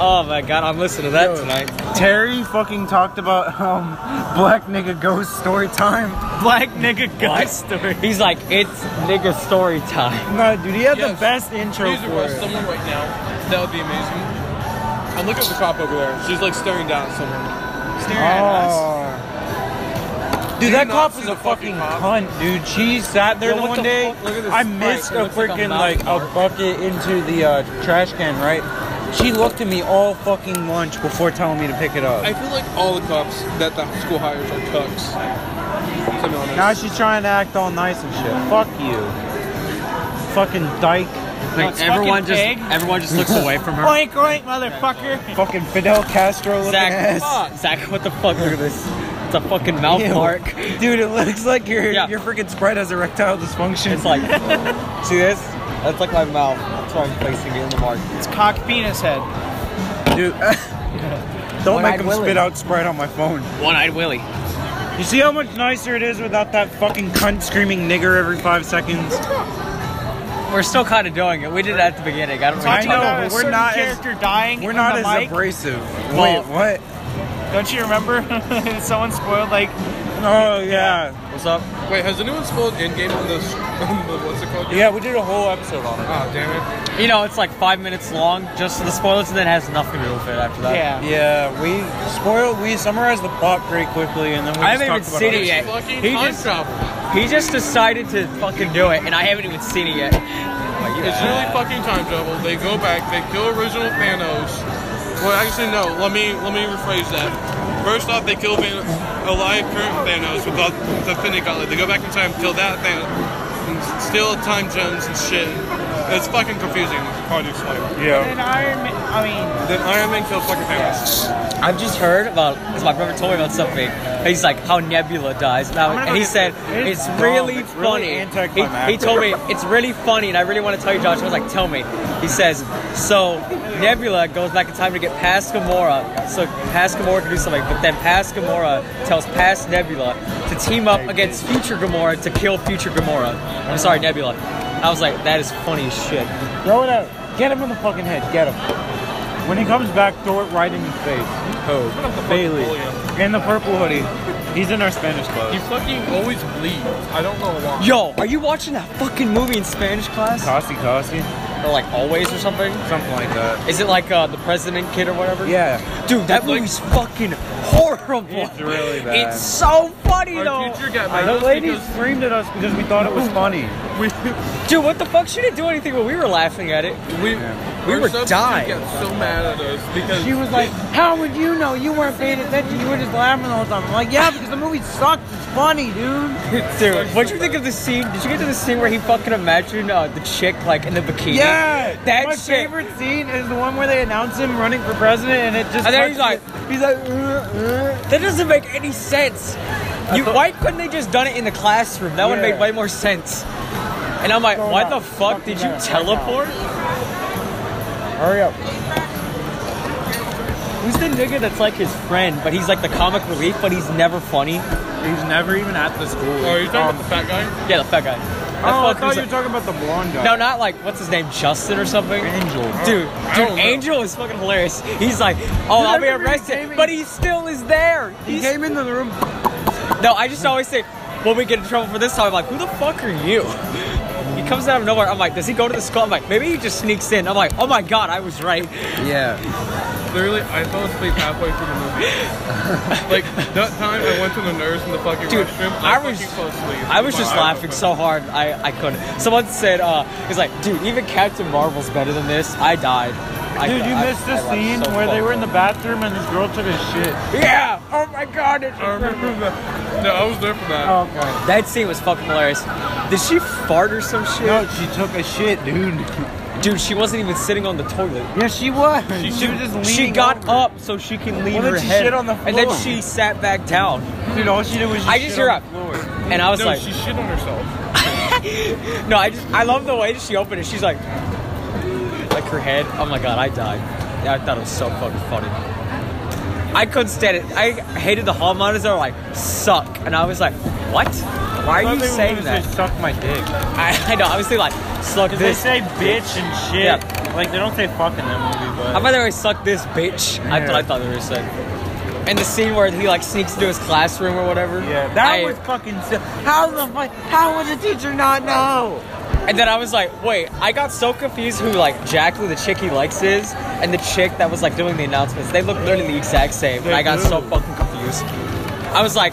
oh my god, I'm listening to that tonight.
Terry fucking talked about um, black nigga ghost story time.
Black nigga ghost story. He's like, it's nigga story time.
No, dude, he had the best intro
Please
for
arrest
it.
someone right now. That would be amazing. And look at the cop over there. She's like staring down at someone.
Oh. Dude, that cop is a fucking cunt, dude. She sat there
Yo,
the
what
one
the
day.
fuck? Look at this
I
sprite.
missed
It
a
looks like a
freaking
mouse
like a bucket into the uh, trash can, right? She looked at me all fucking lunch before telling me to pick it up.
I feel like all the cops that the school hires are cucks. To be honest.
Now she's trying to act all nice and shit. Fuck you, fucking dyke.
Like, everyone just, everyone just looks away from her.
Oink oink, motherfucker.
Fucking Fidel Castro looking
Zach,
ass.
Zach, what the fuck? Look at this. It's a fucking mouth
Ew.
mark.
Dude, it looks like your
Yeah.
your freaking spread has erectile dysfunction.
It's like, see this? That's like my mouth. That's why I'm placing it in the mark.
It's cock penis head.
Dude, don't
One-eyed
make him
Willy.
spit out Sprite on my phone.
One-eyed Willy.
You see how much nicer it is without that fucking cunt screaming nigger every five seconds?
We're still kind of doing it. We did it at the beginning. I don't
I know,
remember.
but we're not as
character dying.
we're
on
not
the
as
mic.
abrasive.
Well-
Wait, what?
Don't you remember? Someone spoiled like.
Oh yeah.
What's up?
Wait, has anyone spoiled Endgame on the, on the what's it called?
Yeah, we did a whole episode on it.
Oh damn it!
You know, it's like five minutes long, just the spoilers, and then it has nothing to do with it after that.
Yeah, we spoiled. We summarized the plot pretty quickly, and then we
I
just
haven't even
talked about
seen
other
it yet.
shit.
He just, he just decided to fucking do it, and I haven't even seen it yet. Like, you
It's
know.
really fucking time travel. They go back, they kill original Thanos. Well, actually, no. Let me let me rephrase that. First off, they kill Van- alive current Thanos with the, the Infinity Gauntlet. They go back in time, kill that Thanos, and s-
still time zones and shit. It's fucking confusing. Project Slave.
And then Iron Man, I mean,
Then Iron Man killed fucking Thanos.
I've just heard about. Cause my brother told me about something. He's like how Nebula dies, and, I-
Oh
I'm gonna
and he
go
said
get this.
it's,
It's
really
dumb. It's really
funny. he, he
anticlimactic.
told me it's really funny, and I really want to tell you, Josh. I was like, tell me. He says so. Nebula goes back in time to get past Gamora, so past Gamora can do something. But then past Gamora tells past Nebula to team up against future Gamora to kill future Gamora. I'm sorry, Nebula. I was like, that is funny as shit.
Throw it out. Get him in the fucking head. Get him. When he comes back, throw it right in his face. Oh, Bailey. In the purple hoodie. He's in our Spanish class. He fucking always bleeds. I don't know why.
Yo, are you watching that fucking movie in Spanish class?
Cossi Cossi.
Or like always or something?
Something like that.
Is it like uh, the President Kid or whatever?
Yeah.
Dude, that movie's fucking horrible.
It's really bad.
It's so funny though.
The lady screamed at us because we thought it was funny.
Dude, what the fuck? She didn't do anything when we were laughing at it.
We
we were dying.
got so mad at us because
She was like, "How would you know? You weren't paying attention. You were just laughing the whole time." I'm like, "Yeah, because the movie sucked. It's funny, dude."
Dude, what'd you think of the scene? Did you get to the scene where he fucking imagined uh, the chick like in the bikini?
Yeah,
that
my
shit.
favorite scene is the one where they announce him running for president, and it just
And then he's like,
cuts
he's like,
uh.
that doesn't make any sense. You, why couldn't they just done it in the classroom? That would
Yeah.
make way more sense. And I'm like, why the fuck did you
back.
teleport?
to- Hurry up!
Who's the nigga that's like his friend, but he's like the comic relief, but he's never funny? He's
never even at the school.
Oh,
you talking about the fat guy?
Yeah, the fat guy.
Oh, I
That
thought
fucker's
you
like-
were talking about the blonde guy.
No, not like what's his name, Justin or something. Angel, dude, dude, Angel is fucking hilarious. He's like, oh,
Dude, I
I'll be
remember he came
arrested,
in-
but he still is there. He
came into the room.
No, I just always say when we get in trouble for this time, I'm like, who the fuck are you? He comes out of nowhere. I'm like, does he go to the school? I'm like, maybe he just sneaks in. I'm like, oh my god, I was right.
Yeah. Literally, I fell asleep halfway through the movie. like that time, I went to the nurse in the fucking
Dude,
restroom.
I
I,
was-
fucking fell asleep.
I was
My
just
eyes
laughing
open.
so hard, I, I couldn't. Someone said, uh, he's like, dude, even Captain Marvel's better than this. I died. I,
Dude, you
I-
missed
I
the
laughed
scene
so
where they
fucking
were in the bathroom and this girl took a shit.
Yeah! Oh my god, it's
I remember that. No, I was there for that.
Oh,
okay. That scene was fucking hilarious. Did she fart or some shit? No,
she took a shit, dude.
Dude, she wasn't even sitting on the toilet.
Yeah, she was. She,
Dude,
was just leaning.
She got up so she can lean
Well, then
her
she
head.
shit on the
And then
floor.
she sat back down.
Dude, all she did was
I just hear up. And I was
no,
like,
she shit on herself.
no, I just, I love the way she opened it. She's like, like her head. Oh my god, I died. Yeah, I thought it was so fucking funny. I couldn't stand it. I hated the hall monitors. They were like, suck. And I was like, what? Why are you saying that?
suck my dick.
I, I know. I was thinking like, suck
Because they
this.
say bitch and shit.
Yeah.
Like they don't say fuck in that movie, but
I thought they were suck this bitch. I thought I thought they were saying. And the scene where he like sneaks into his classroom or whatever. Yeah,
that was fucking. si- How the fuck? How would the teacher not know?
And then I was like, wait, I got so confused who like Jacqueline, the chick he likes, is, and the chick that was like doing the announcements. They look literally the exact same. And I got so fucking confused. I was like,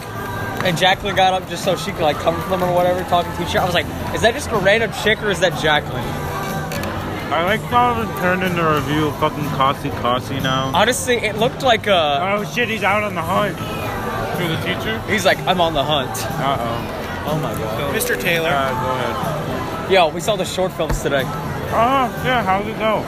and Jacqueline got up just so she could like cover for them or whatever, talking to each other. I was like, is that just a random chick or is that Jacqueline?
I like how it turned into a review of fucking Cossi Cossi now.
Honestly, it looked like a.
Oh shit, he's out on the hunt.
To the teacher.
He's like, I'm on the hunt.
Uh oh.
Oh my god.
Mr. Taylor. Uh,
Yo, we saw the short films today.
go ahead. Oh yeah, how'd it go?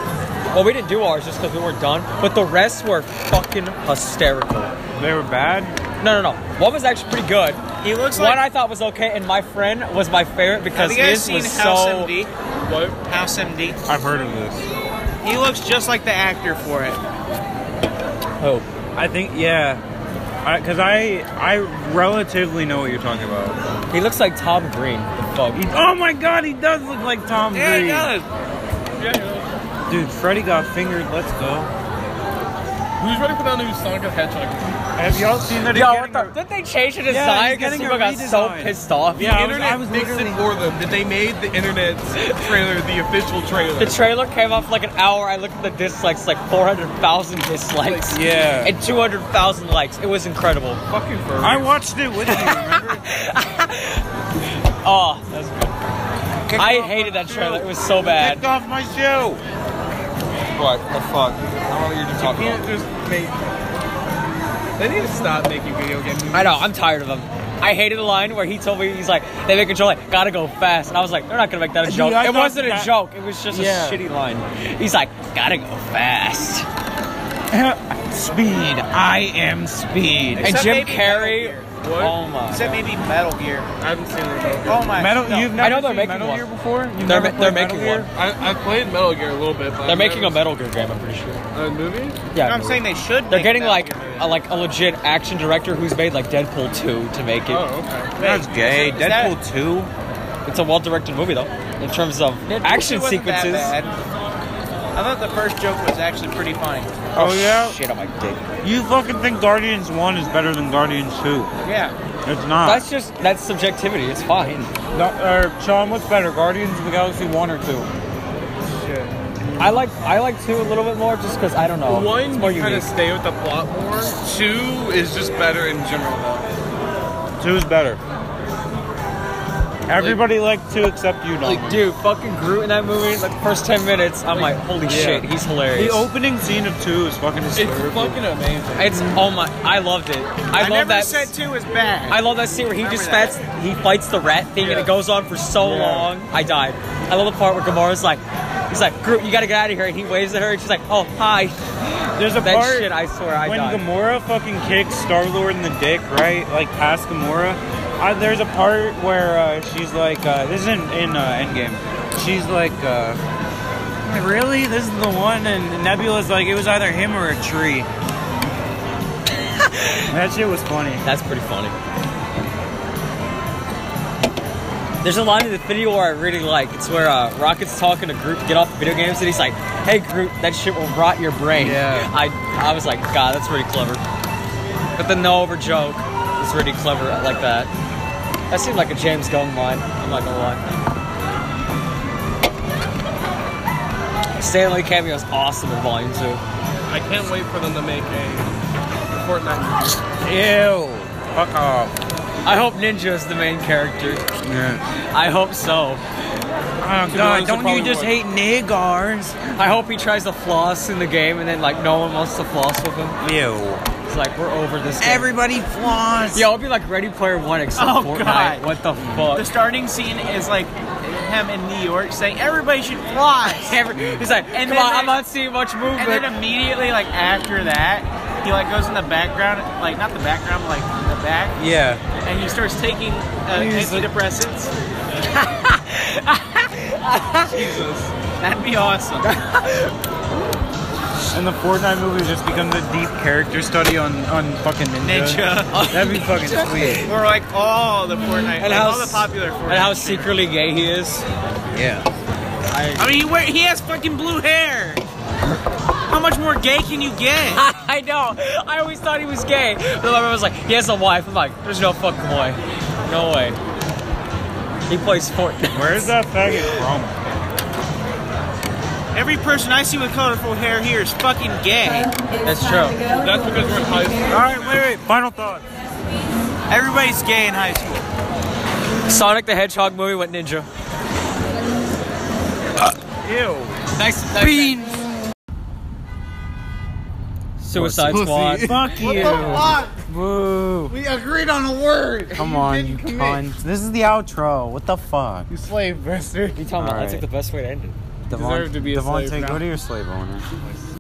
Well, we didn't do ours just because we weren't done, but the rest were fucking hysterical.
They were bad?
No, no, no. One was actually pretty good. He looks One I thought was okay, and my friend was my favorite because
have you guys
his
seen
was
House
so.
MD?
What?
House MD.
I've heard of this.
He looks just like the actor for it.
Oh. I think yeah. Because I, I relatively know what you're talking about.
He looks like Tom Green. The fuck.
oh my god, he does look like Tom
Yeah,
Green.
he
Dude, Freddy got fingered. Let's go.
Who's ready for that new Sonic the Hedgehog?
Have y'all seen that? he's
Yo,
getting
what the,
a-
didn't they change the
Yeah, he's
design because
getting a
people got so
redesign.
pissed off?
Yeah,
the
I was-
internet
I was
fixed
literally-
it for them. That they made the internet trailer the official trailer.
The trailer came off like an hour. I looked at the dislikes, like 400,000 dislikes.
Yeah.
And 200,000 likes. It was incredible.
Fucking furry.
I watched it with you.
Oh, that's good. I hated that trailer. It was so bad.
Kicked off my shoe.
What the fuck? I don't know what you're talking about. They need to stop making video games.
I know. I'm tired of them. I hated the line where he told me he's like they make a joke like gotta go fast, and I was like they're not gonna make that a
Dude,
joke.
I
it
thought
wasn't
that-
a joke. It was just
Yeah.
a shitty line. He's like gotta go fast.
Speed. I am speed.
And Jim Carrey.
What?
Oh my.
Except maybe Metal Gear. I haven't seen Metal Gear. Oh my.
Metal-
no.
you've never I know they're seen making Metal one. Gear before? You've They're never ma- played they're Metal making Gear? one.
I, I played Metal Gear a little bit. But
They're making a Metal Gear game. I'm pretty sure.
a movie.
Yeah,
No, I'm
no.
saying they should
They're
make
getting
that
like a, like a legit action director who's made like Deadpool two to make it.
Oh, okay.
That's gay.
that-
Deadpool two. It's a well directed movie though, in terms of
Deadpool
action
2 wasn't that
sequences.
bad. I thought the first joke was actually pretty funny.
Oh, yeah. Shit on my dick.
You fucking think Guardians 1 is better than Guardians 2.
Yeah.
It's not.
That's just that's subjectivity. It's fine.
No,
er,
uh, Sean, what's better, Guardians of the Galaxy 1 or 2?
I like I like two a little bit more just because I don't know.
One,
it's
you
more
kind
unique.
of stay with the plot more. Two is just better in general. though.
2 is better. Everybody liked 2 except you, Don.
Like, dude, fucking Groot in that movie, like the first 10 minutes, I'm like, holy shit, he's hilarious.
The opening scene of 2 is fucking hysterical.
fucking amazing.
It's, oh my, I loved it. I,
I
love
never
that.
said two was bad.
I love that scene where he
Remember
just
that.
fights, he fights the rat thing and it goes on for so long. I died. I love the part where Gamora's like, he's like, Groot, you gotta get out of here. And he waves at her and she's like, oh, hi.
There's a
that
part
shit, I swear, I
when
died.
Gamora fucking kicks Star Lord in the dick, right? Like past Gamora. I, there's a part where uh, she's like, uh, this is in, in uh, Endgame. She's like, uh, really? This is the one? And Nebula's like, it was either him or a tree. that shit was funny.
That's pretty funny. There's a line in the video where I really like. It's where uh, Rocket's talking to Groot to get off the video games, and he's like, "Hey Groot, that shit will rot your brain."
Yeah.
I I was like, God, that's pretty clever. But the no over joke is really clever I like that. That seemed like a James Gunn line. I'm not gonna lie. Stanley cameo's awesome in Volume Two.
I can't wait for them to make a Fortnite.
Ew. Fuck off. I hope Ninja is the main character. Yeah. I hope so. Oh
God, don't you just
hate niggars? I hope he tries to floss in the game and then like no one wants to floss with him. Ew. It's like we're over this. Game.
Everybody flaws.
Yeah, I'll be like Ready Player One except
Oh,
Fortnite.
God.
What the fuck?
The starting scene is like him in New York saying everybody should fly.
Every, he's like, "Come on, I'm not seeing much movement."
And then immediately, like after that, he like goes in the background, like not the background, like the back.
Yeah.
And he starts taking uh,
He's like-
antidepressants. Jesus, that'd be awesome.
And the Fortnite movie just becomes a deep character study on, on fucking Ninja.
Ninja.
That'd be fucking sweet.
Or like all the Fortnite,
And
like,
how
all the
s-
popular Fortnite.
and how secretly gay he is. Yeah.
I mean, he, wear, he has fucking blue hair. How much more gay can you get?
I know. I always thought he was gay. But my mom was like, he has a wife. I'm like, there's no fucking way. No way. He plays Fortnite.
Where's that faggot from?
Every person I see with colorful hair here is fucking gay.
That's true.
That's because we're in high school.
All right, wait, wait. Final thoughts.
Everybody's gay in high school.
Sonic the Hedgehog movie went ninja.
Ew.
Nice. Beans. Suicide
Pussy.
Squad.
Fuck
What the
you.
fuck?
Woo.
We agreed on a word.
Come on, you cunt. This is the outro. What the fuck?
You slave bastard.
You talking about
All
that's like
right.
the best way to end it.
Devon- Devontae, go to your slave owner.